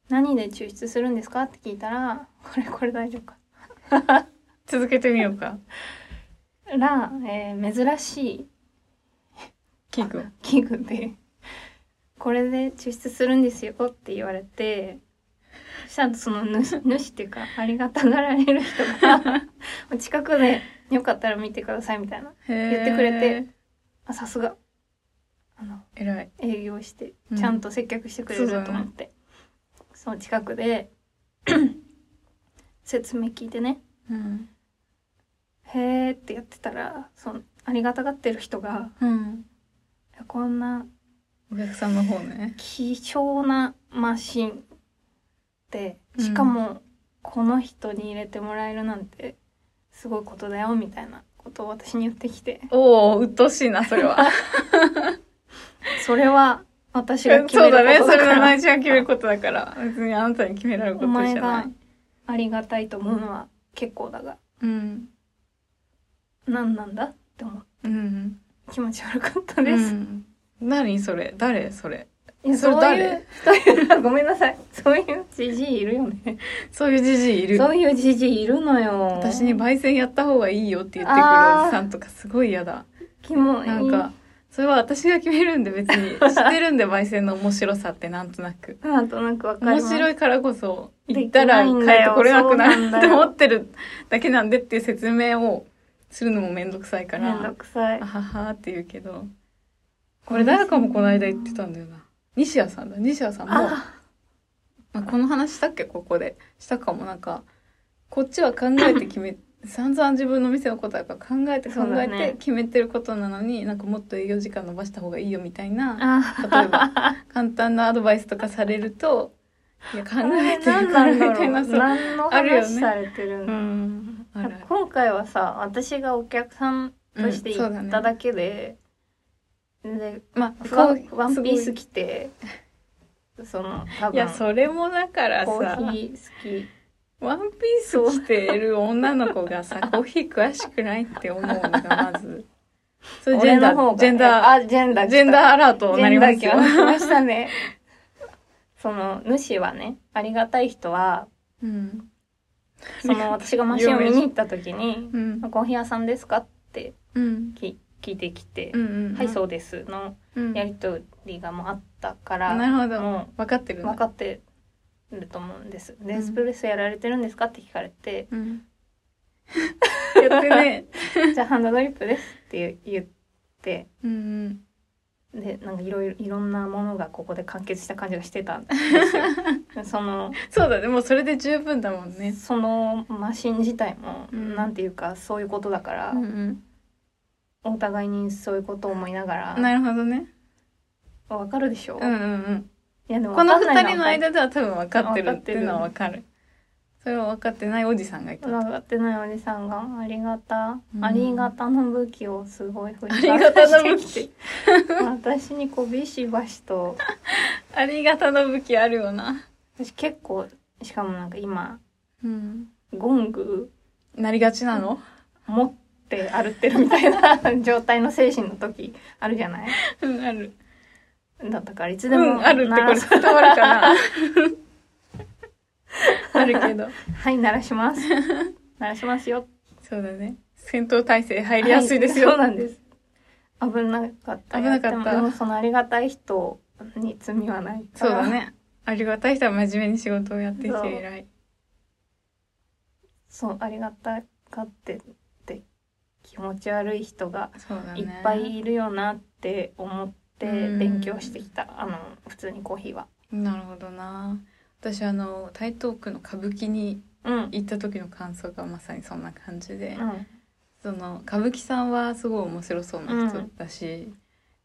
Speaker 3: 何で抽出するんですかって聞いたらこれこれ大丈夫か
Speaker 2: 続けてみようか。
Speaker 3: ら、えー珍しい
Speaker 2: キーくん。
Speaker 3: 器具でこれで抽出するんですよって言われてそしたらその主主っていうかありがたがられる人 がお近くでよかったら見てくださいみたいな
Speaker 2: 言
Speaker 3: ってくれて。あさすがあの
Speaker 2: えらい。
Speaker 3: 営業して
Speaker 2: うん
Speaker 3: ちゃんと接客してくれ
Speaker 2: そうだよ
Speaker 3: る
Speaker 2: ね
Speaker 3: と思って、その近くで 説明聞いてね
Speaker 2: うん。
Speaker 3: 「へーってやってたらそのありがたがってる人が
Speaker 2: うん。
Speaker 3: こんな
Speaker 2: お客さんの方ね。
Speaker 3: 希少なマシンでしかもこの人に入れてもらえるなんてすごいことだよみたいなことを私に言ってきて
Speaker 2: おお、鬱陶しいな、それ は。
Speaker 3: それは私
Speaker 2: そ
Speaker 3: が
Speaker 2: う
Speaker 3: 決め
Speaker 2: だね。
Speaker 3: るこ
Speaker 2: そ
Speaker 3: とだ
Speaker 2: れ
Speaker 3: か
Speaker 2: は
Speaker 3: ら
Speaker 2: 内緒が決めることだから。別にあなたに決められること
Speaker 3: お
Speaker 2: じ
Speaker 3: 前
Speaker 2: ゃな
Speaker 3: が
Speaker 2: い。
Speaker 3: ありがたいと思うのは結構だが
Speaker 2: うん。
Speaker 3: 何なんだって思う
Speaker 2: うん。
Speaker 3: 気持ち悪かったです。
Speaker 2: うん何それ誰それ
Speaker 3: いや
Speaker 2: それ誰
Speaker 3: そういう 人がごめんなさいそういうじじいいるよね
Speaker 2: そういうじじいいる。
Speaker 3: そういうじじいいるのよ
Speaker 2: 私に焙煎やった方がいいよって言ってくる
Speaker 3: あー
Speaker 2: おじさんとかすごい嫌だ。
Speaker 3: キモい
Speaker 2: なんか、それは私が決めるんで別に、知ってるんで焙煎の面白さってなんとなく。
Speaker 3: なんとなくわか
Speaker 2: 面
Speaker 3: ります
Speaker 2: 白いからこそ、行ったら
Speaker 3: でき
Speaker 2: 帰
Speaker 3: ないんだよ
Speaker 2: ってこれなくな
Speaker 3: そうな
Speaker 2: る
Speaker 3: んだ
Speaker 2: と
Speaker 3: よ
Speaker 2: 思ってるだけなんでっていう説明をするのもめんどくさいか
Speaker 3: めんど
Speaker 2: ら、
Speaker 3: くさい
Speaker 2: あははって言うけど、これ誰かもこの間言ってたんだよな。西谷さんだ。西谷さんも、
Speaker 3: あ
Speaker 2: まあ、この話したっけここで。したかもなんか、こっちは考えて決 め、散々自分の店のことだから考えて考
Speaker 3: そうだ
Speaker 2: えて
Speaker 3: ね
Speaker 2: 決めてることなのに、なんかもっと営業時間伸ばした方がいいよみたいな。
Speaker 3: あ
Speaker 2: 例えば簡単なアドバイスとかされるといや考
Speaker 3: 考
Speaker 2: え
Speaker 3: え
Speaker 2: て
Speaker 3: て
Speaker 2: る
Speaker 3: る
Speaker 2: か
Speaker 3: からら
Speaker 2: み
Speaker 3: み
Speaker 2: た
Speaker 3: た
Speaker 2: い
Speaker 3: い
Speaker 2: な
Speaker 3: な
Speaker 2: そう
Speaker 3: 何の
Speaker 2: あるよ
Speaker 3: 話
Speaker 2: ね
Speaker 3: されてるん
Speaker 2: う
Speaker 3: だ
Speaker 2: んあるある
Speaker 3: 今回はさ私がお客さんとして
Speaker 2: うんそうだ
Speaker 3: 行
Speaker 2: ね
Speaker 3: っただけで、で
Speaker 2: まあ
Speaker 3: ワン
Speaker 2: こう
Speaker 3: ワンピー
Speaker 2: す
Speaker 3: ス
Speaker 2: ごい
Speaker 3: 着てその多
Speaker 2: いや
Speaker 3: 分
Speaker 2: それもだから
Speaker 3: コ
Speaker 2: さ
Speaker 3: ーヒー好き
Speaker 2: ワンピース着てる女の子がさコーヒー詳しくないって思うのがま ずそれジェンダ
Speaker 3: 俺の
Speaker 2: ー
Speaker 3: 方
Speaker 2: ジ
Speaker 3: が
Speaker 2: ェンダ
Speaker 3: あジェンダ
Speaker 2: ー
Speaker 3: ー
Speaker 2: ジェンダー
Speaker 3: ー
Speaker 2: アラートになりますよ
Speaker 3: ジェンダー来ましたね その主はねありがたい人は
Speaker 2: うん
Speaker 3: その私がマシンを見に行った時に
Speaker 2: うん
Speaker 3: 「コーヒー屋さんですか?」って
Speaker 2: うん
Speaker 3: 聞聞いてきて
Speaker 2: うんうん
Speaker 3: 「はいそうです」の
Speaker 2: うん
Speaker 3: やり取りがもうあったから、
Speaker 2: なるほど
Speaker 3: も
Speaker 2: 分かってる
Speaker 3: う
Speaker 2: な
Speaker 3: 分かってると思うんです。で
Speaker 2: うん
Speaker 3: エスプレッソやられてるんですかって聞か れて
Speaker 2: うん やってね
Speaker 3: 「じゃあハンドドリップです」って言って。
Speaker 2: うんうん
Speaker 3: でなんかいろいろいろんなものがここで完結した感じがしてたんですよ その
Speaker 2: そうだね、もうそれで十分だもんね。
Speaker 3: そのマシン自体も、
Speaker 2: うん
Speaker 3: なんていうかそういうことだから、
Speaker 2: ん
Speaker 3: お互いにそういうことを思いながら
Speaker 2: なるほどね。
Speaker 3: わかるでしょ、
Speaker 2: うんうんうん。
Speaker 3: いやでも
Speaker 2: この
Speaker 3: わかんな
Speaker 2: 二
Speaker 3: いな
Speaker 2: 人の間では多分分かってる
Speaker 3: 分か
Speaker 2: っ
Speaker 3: ってて
Speaker 2: い
Speaker 3: る
Speaker 2: うのは分かる。それを分かってないおじさんがいた。
Speaker 3: 分かってないおじさんがありがた、
Speaker 2: うん
Speaker 3: ありがたの武器をすごい振り
Speaker 2: ありがたの武器
Speaker 3: してきて 私にこうビシバシと
Speaker 2: ありがたの武器あるよな。
Speaker 3: 私結構しかもなんか今
Speaker 2: うん。
Speaker 3: ゴング
Speaker 2: なりがちなの
Speaker 3: 持って歩ってるみたいな状態の精神の時あるじゃない
Speaker 2: うん、ある。
Speaker 3: だったからいつ
Speaker 2: う
Speaker 3: でも、
Speaker 2: ん、あるってこ
Speaker 3: 鳴ら
Speaker 2: れ
Speaker 3: す
Speaker 2: 伝わるか な。あるけど。
Speaker 3: はい鳴らします 鳴らしますよ
Speaker 2: そうだね。戦闘態勢入りやすいですよ。
Speaker 3: はそうなんです危なかった
Speaker 2: 危なかった
Speaker 3: でもでもそのありがたい人に罪はないか
Speaker 2: そう
Speaker 3: ら
Speaker 2: だね。ありがたい人は真面目に仕事をやってきて偉い。
Speaker 3: そうありがたがってって気持ち悪い人が
Speaker 2: そうだね。
Speaker 3: いっぱいいるよなって思って
Speaker 2: うん
Speaker 3: 勉強してきた、あの普通にコーヒーは
Speaker 2: なるほどな私あの台東区の歌舞伎に
Speaker 3: うん、うん、
Speaker 2: 行った時の感想がまさにそんな感じで、その歌舞伎さんはすごい面白そうな人だし、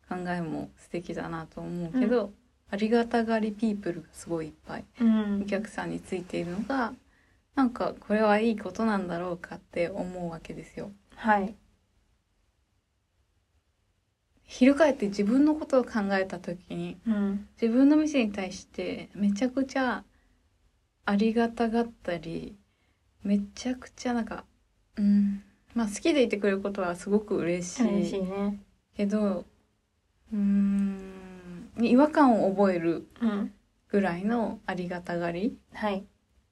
Speaker 2: 考えも素敵だなと思うけど、ありがたがりピープルがすごいいっぱい
Speaker 3: うん
Speaker 2: お客さんについているのがなんかこれはいいことなんだろうかって思うわけですよ。
Speaker 3: はい
Speaker 2: 翻って自分のことを考えた時に
Speaker 3: うん
Speaker 2: 自分の店に対してめちゃくちゃありがたがったりめちゃくちゃなんかうんまあ好きでいてくれることはすごく嬉し
Speaker 3: 嬉し
Speaker 2: い
Speaker 3: いね
Speaker 2: けどうーん違和感を覚える
Speaker 3: うん
Speaker 2: ぐらいのありがたがり、
Speaker 3: はい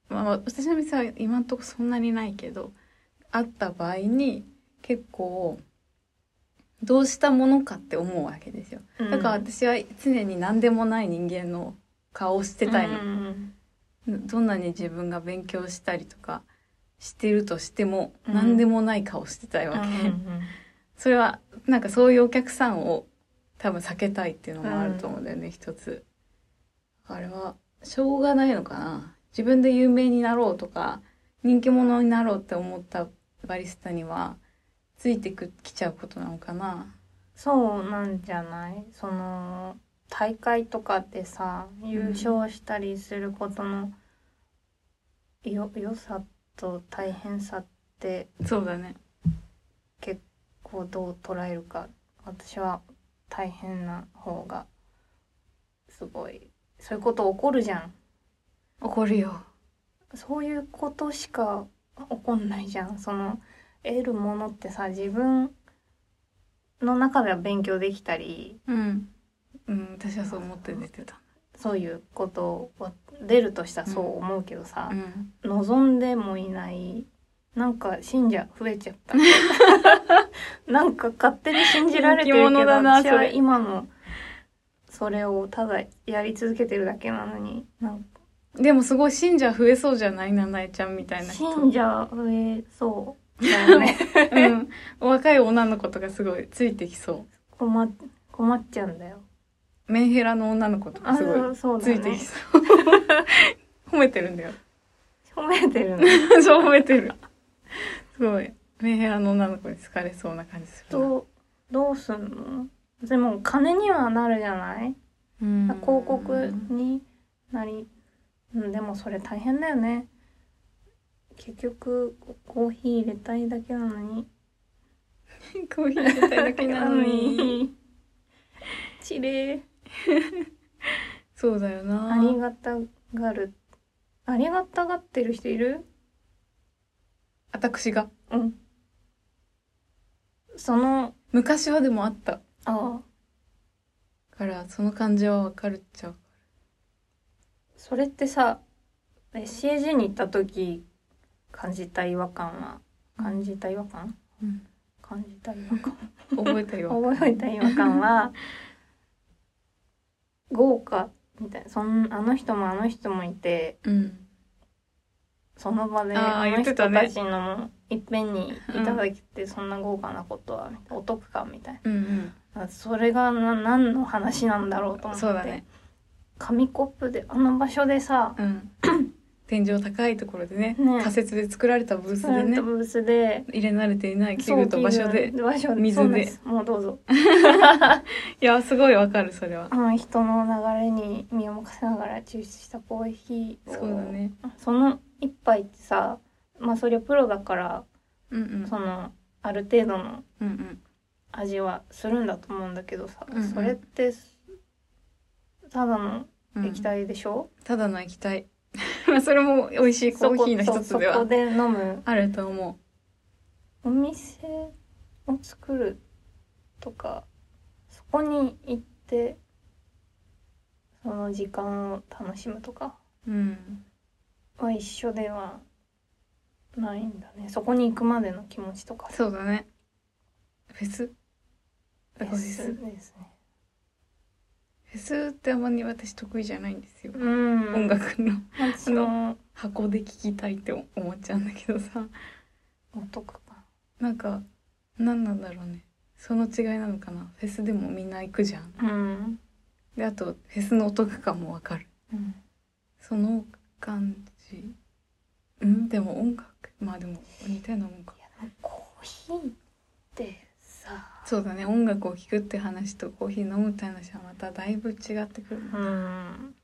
Speaker 2: まあ、私の店は今んとこそんなにないけどあった場合に結構どうしたものかって思うわけですよ
Speaker 3: うん
Speaker 2: だから私は常に何でもない人間の顔をしてたいの
Speaker 3: う、ん
Speaker 2: どんなに自分が勉強したりとかしてるとしても
Speaker 3: うん
Speaker 2: 何でもない顔してたい
Speaker 3: うんう
Speaker 2: わ
Speaker 3: ん
Speaker 2: け、
Speaker 3: うん
Speaker 2: それはなんかそういうお客さんを多分避けたいっていうのもあると思うんだよね、一つあれはしょうがないのかな自分で有名になろうとか人気者になろうって思ったバリスタにはついてくきちゃうことなのかな
Speaker 3: そうなんじゃないその大会とかってさ優勝したりすることのよ良さと大変さって
Speaker 2: そうだね
Speaker 3: 結構どう捉えるか私は大変な方がすごいそういうこと起こるじゃん
Speaker 2: 怒るよ
Speaker 3: そういうことしか起こんないじゃんその得るものってさ自分の中では勉強できたり
Speaker 2: うん、うん、私はそう思って出てた
Speaker 3: そういうことは出るとしたらそう思うけどさ、
Speaker 2: うん
Speaker 3: 望んでもいないなんか信者増えちゃった なんか勝手に信じられてる
Speaker 2: 人気
Speaker 3: け
Speaker 2: 者
Speaker 3: ど
Speaker 2: だな
Speaker 3: 私
Speaker 2: そ
Speaker 3: は
Speaker 2: れ
Speaker 3: 今のそれをただやり続けてるだけなのになん
Speaker 2: でもすごい信者増えそうじゃないななえちゃんみたい
Speaker 3: か
Speaker 2: な人
Speaker 3: 信者増えそうだ よね
Speaker 2: うん、若い女の子とかすごいついてきそ
Speaker 3: 困っ困っちゃうんだよ
Speaker 2: うメンヘラの女の子とか
Speaker 3: あ
Speaker 2: すごい
Speaker 3: そうそうだ
Speaker 2: つ
Speaker 3: ね
Speaker 2: いてきそう褒めてるんだよ
Speaker 3: 褒めてるね
Speaker 2: そう褒めてるすごいメンヘラの女の子に好かれそうな感じするな
Speaker 3: どうどうすんのでも金にはなるじゃない
Speaker 2: うん
Speaker 3: 広告になり、うん、でもそれ大変だよね結局コーヒー入れたいだけなのに
Speaker 2: コーヒー入れたいだけなのに
Speaker 3: ちれい
Speaker 2: そうだよな
Speaker 3: ありがたがるありがたがってる人いる
Speaker 2: 私が
Speaker 3: うんその
Speaker 2: 昔はでもあった
Speaker 3: ああ
Speaker 2: からその感じはわかるっちゃう
Speaker 3: それってさえ CAG に行った時感じた違和感は感じた違和感、
Speaker 2: うん
Speaker 3: 感じた違和感
Speaker 2: 覚えたよ
Speaker 3: 覚えた違和感は豪華みたいなそんあの人もあの人もいて
Speaker 2: うん
Speaker 3: その場で
Speaker 2: あー
Speaker 3: あの
Speaker 2: 言って
Speaker 3: 人
Speaker 2: たね
Speaker 3: たちのもいっぺんにいただけてそんな豪華なことはみたいなお得感みたい
Speaker 2: うん
Speaker 3: なそれがな何の話なんだろうと
Speaker 2: うん
Speaker 3: 思って
Speaker 2: そうだね
Speaker 3: 紙コップであの場所でさ
Speaker 2: うん、天井高いところでね
Speaker 3: ね
Speaker 2: 仮設で作られたブース
Speaker 3: ブ
Speaker 2: でね
Speaker 3: ースで
Speaker 2: 入れ慣れていない器具と場所で
Speaker 3: そう場所で
Speaker 2: 水で
Speaker 3: そうすもうどうぞ
Speaker 2: いやすごいわかるそれは
Speaker 3: うん人の流れに身を任せながら抽出したコーヒーを
Speaker 2: そうだね
Speaker 3: その一杯ってさまあそりゃプロだから、
Speaker 2: うんうん
Speaker 3: そのある程度の
Speaker 2: うんうん
Speaker 3: 味はするんだと思うんだけどさ、
Speaker 2: うんうん
Speaker 3: それってすただの
Speaker 2: うん
Speaker 3: 液体でしょ、
Speaker 2: ただの液体 まあそれも美味しいコーヒーの一つ
Speaker 3: そこ
Speaker 2: で
Speaker 3: そこ
Speaker 2: は
Speaker 3: で飲む
Speaker 2: あると思
Speaker 3: お店を作るとかそこに行ってその時間を楽しむとか
Speaker 2: ううん
Speaker 3: は一緒ではないんだねそこに行くまでの気持ちとか
Speaker 2: そうだねフェスだからフ
Speaker 3: で
Speaker 2: ェス
Speaker 3: す
Speaker 2: フ
Speaker 3: ですね
Speaker 2: ェスってあんまり私得意じゃないんですよ、
Speaker 3: うん
Speaker 2: 音楽の
Speaker 3: 私の
Speaker 2: 箱で聴きたいって思っちゃうんだけどさ
Speaker 3: お得感
Speaker 2: なんか何なんだろうねその違いなのかなフェスでもみんな行くじゃん
Speaker 3: うん、
Speaker 2: であとフェスのお得感もわかるその感じうんでも音楽まあでも似たようなもんか
Speaker 3: コーヒーってさ
Speaker 2: そうだね音楽を聴くって話とコーヒー飲むって話はまただいぶ違ってくるもん
Speaker 3: うん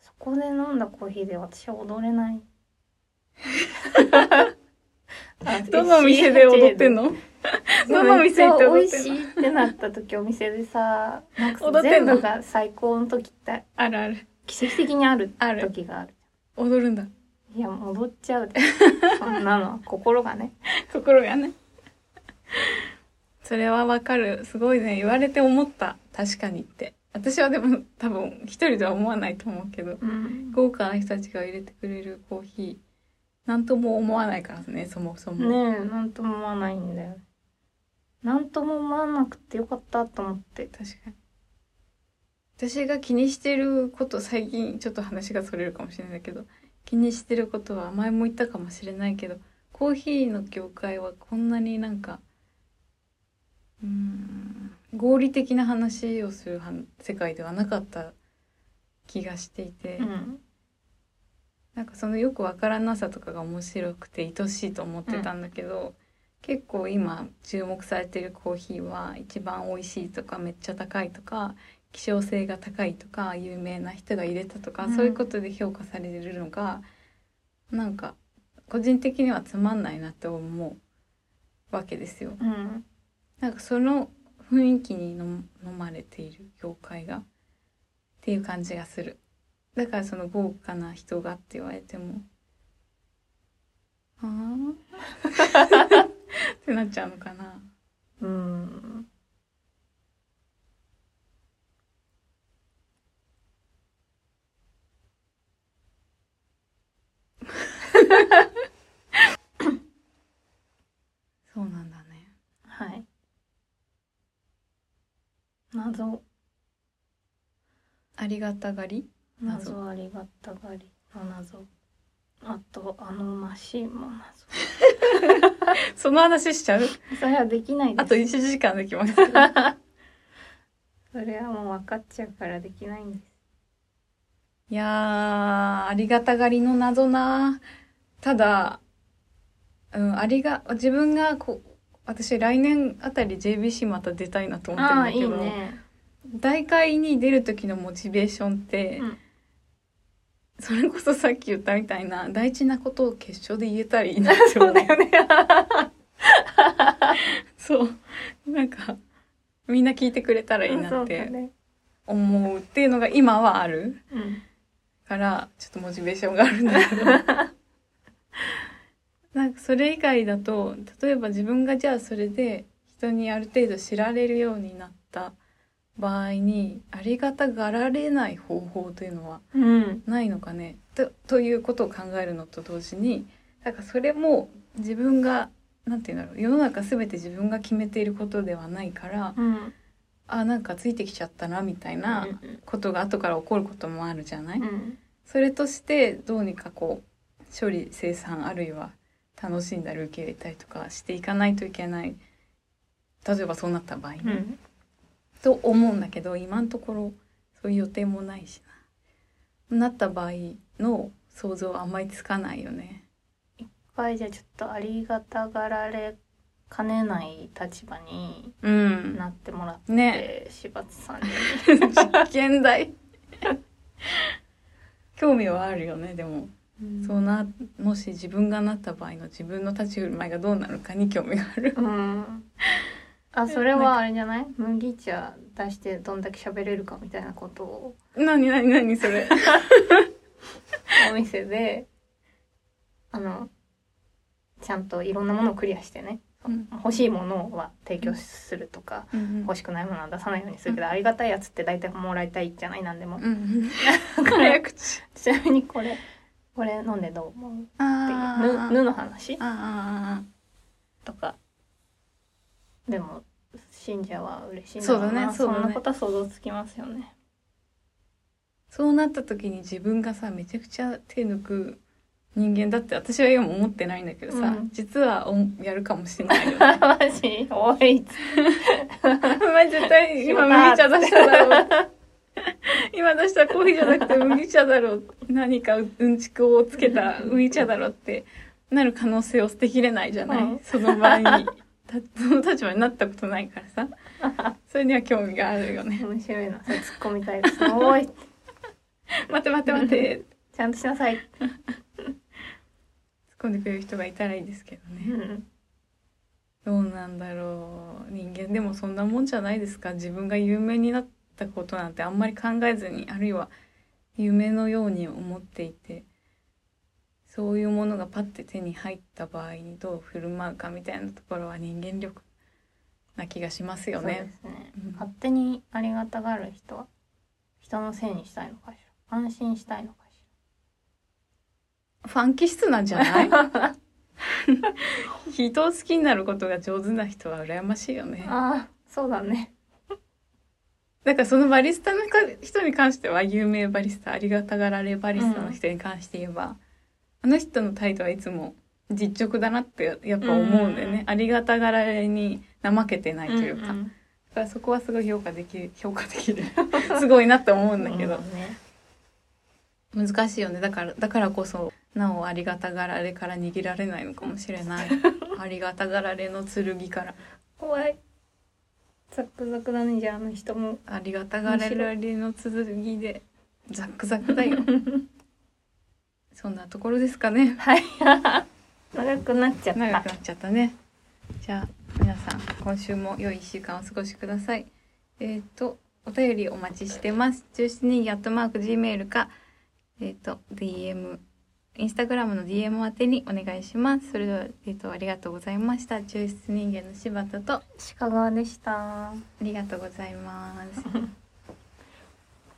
Speaker 3: そこで飲んだコーヒーで私は踊れない あ
Speaker 2: どの店で踊ってんのどの店行って踊
Speaker 3: め
Speaker 2: っ
Speaker 3: っち
Speaker 2: てん
Speaker 3: ゃ美
Speaker 2: の
Speaker 3: 味しいってなった時お店でさなん
Speaker 2: 踊
Speaker 3: か
Speaker 2: ってん
Speaker 3: 全
Speaker 2: の
Speaker 3: 部が最高の時って
Speaker 2: あるある
Speaker 3: 奇跡的にある
Speaker 2: ある
Speaker 3: 時がある
Speaker 2: 踊るんだ
Speaker 3: いや戻っち ゃうでそんなの心がね
Speaker 2: 心がねそれはわかるすごいね言われて思った確かにって私はでも多分一人では思わないと思うけど
Speaker 3: うん
Speaker 2: 豪華な人たちが入れてくれるコーヒーなんとも思わないからねそもそも、
Speaker 3: ねえなんとも思わないんだよなんとも思わなくてよかったと思って
Speaker 2: 確かに私が気にしてること最近ちょっと話がそれるかもしれないけど気にしてることは前も言ったかもしれないけどコーヒーの業界はこんなになんかうーん合理的な話をするは世界ではなかった気がしていて、
Speaker 3: うん
Speaker 2: なんかそのよくわからなさとかが面白くて愛しいと思ってたんだけど、結構今注目されてるコーヒーは一番美味しいとかめっちゃ高いとか希少性が高いとか有名な人が入れたとか、
Speaker 3: うん
Speaker 2: そういうことで評価されるのがなんか個人的にはつまんないなって思うわけですよ。
Speaker 3: うん
Speaker 2: なんかその雰囲気にの飲まれている業界がっていう感じがするだからその豪華な人がって言われてもああってなっちゃうのかな
Speaker 3: うん
Speaker 2: そうなんだね
Speaker 3: はい謎
Speaker 2: ありがたがり謎
Speaker 3: 謎ありがたがりの謎あとあのマシンも謎
Speaker 2: その話しちゃう
Speaker 3: それはできないです
Speaker 2: あと1時間できます
Speaker 3: それはもう分かっちゃうからできないんです
Speaker 2: いやーありがたがりの謎なただうんありが自分がこう私来年あたり JBC また出たいなと思ってるん
Speaker 3: ああ
Speaker 2: だ
Speaker 3: い
Speaker 2: け
Speaker 3: い
Speaker 2: ど
Speaker 3: ね
Speaker 2: 大会に出る時のモチベーションって、
Speaker 3: うん
Speaker 2: それこそさっき言ったみたいな大事なことを決勝で言えたらいいなって思う。
Speaker 3: よね
Speaker 2: そう。なんか、みんな聞いてくれたらいいな
Speaker 3: そ
Speaker 2: っ
Speaker 3: うだ
Speaker 2: て
Speaker 3: ね
Speaker 2: 思うっていうのが今はある
Speaker 3: うん
Speaker 2: から、ちょっとモチベーションがあるんだけど。 なんかそれ以外だと、例えば自分がじゃあそれで人にある程度知られるようになった場合に、ありがたがられない方法というのは
Speaker 3: うん
Speaker 2: ないのかねとということを考えるのと同時になんかそれも自分がなんて言うんだろう世の中全て自分が決めていることではないから
Speaker 3: うん
Speaker 2: あなんかついてきちゃったなみたいなことが後から起こることもあるじゃない、
Speaker 3: うん
Speaker 2: それとしてどうにかこう処理生産あるいは楽しんだり受け入れたりとかしていかないといけない例えばそうなった場合ね、
Speaker 3: うん
Speaker 2: と思うんだけど今のところそういう予定もないしななった場合の想像はあんまりつかないよね
Speaker 3: はいじゃあちょっとありがたがられかねない立場に
Speaker 2: うん
Speaker 3: なってもらって、
Speaker 2: ね
Speaker 3: 柴田さんに
Speaker 2: 現代 興味はあるよねでも、そうなもし自分がなった場合の自分の立ち振る舞いがどうなるかに興味がある
Speaker 3: うんあそれはあれじゃない麦茶出してどんだけ喋れるかみたいなことを
Speaker 2: 何何何それ
Speaker 3: お店であのちゃんといろんなものをクリアしてね
Speaker 2: うん
Speaker 3: 欲しいものは提供するとか
Speaker 2: うん
Speaker 3: 欲しくないものは出さないようにするけどありがたいやつって大体もらいたいじゃないなんでも
Speaker 2: うん早口
Speaker 3: ちなみにこれこれ飲んでどう思うっていう
Speaker 2: あ
Speaker 3: 「ぬ」
Speaker 2: ー
Speaker 3: ぬの話
Speaker 2: あ
Speaker 3: とかでも信者は嬉しいん
Speaker 2: そう
Speaker 3: ろ
Speaker 2: だね
Speaker 3: な
Speaker 2: そうだね
Speaker 3: そんなことは想像つきますよね。
Speaker 2: ーそうなった時に自分がさめちゃくちゃ手抜く人間だって私は今思ってないんだけどさ、
Speaker 3: うん
Speaker 2: 実はおやるかもしれないよね
Speaker 3: マジおい
Speaker 2: まあ絶対今麦茶出しただろう今出したコーヒーじゃなくて麦茶だろう何かうんちくをつけた麦茶だろうってなる可能性を捨てきれないじゃない、
Speaker 3: うん
Speaker 2: その場合にたその立場になったことないからさそれには興味があるよね
Speaker 3: 面白いなそれ突っ込みたいですお い
Speaker 2: 待って待って待って
Speaker 3: ちゃんとしなさい、
Speaker 2: 突っ込んでくれる人がいたらいいですけどね、
Speaker 3: うん、
Speaker 2: どうなんだろう人間でもそんなもんじゃないですか自分が有名になったことなんてあんまり考えずにあるいは夢のように思っていてそういうものがパッて手に入った場合にどう振る舞うかみたいなところは人間力な気がしますよ
Speaker 3: そうで
Speaker 2: ね。
Speaker 3: すね
Speaker 2: うん
Speaker 3: 勝手にありがたがる人は人のせいにしたいのかしら安心したいのかし
Speaker 2: ファン気質なんじゃない 人を好きになることが上手な人は羨ましいよね
Speaker 3: ら。ああそうだね
Speaker 2: だからそのバリスタのか人に関しては有名バリスタありがたがられバリスタの人に関して言えば、あの人の態度はいつも実直だなってやっぱ思うんだよね、
Speaker 3: う
Speaker 2: ありがたがられに怠けてないというか,、だ
Speaker 3: んん
Speaker 2: からそこはすごい評価できる評価できる すごいなって思うんだけど、
Speaker 3: そうね
Speaker 2: 難しいよねだからだからこそなおありがたがられから逃げられないのかもしれ ないありがたがられの剣から
Speaker 3: 怖いザクザクだねじゃああの人も
Speaker 2: ありがたがられの剣でザックザクだよそんなところですかね
Speaker 3: 長くなっちゃっ
Speaker 2: 長
Speaker 3: た
Speaker 2: くなっちゃったねじゃあ皆さん今週も良い1週間お過ごしくださいえっ、とお便りお待ちしてます17人アットマーク Gmail かえっ、と DM インスタグラムの DM 宛てにお願いしますそれでは、えー、とありがとうございました抽出人間の柴田とあ
Speaker 3: 鹿川でした
Speaker 2: りがとうございます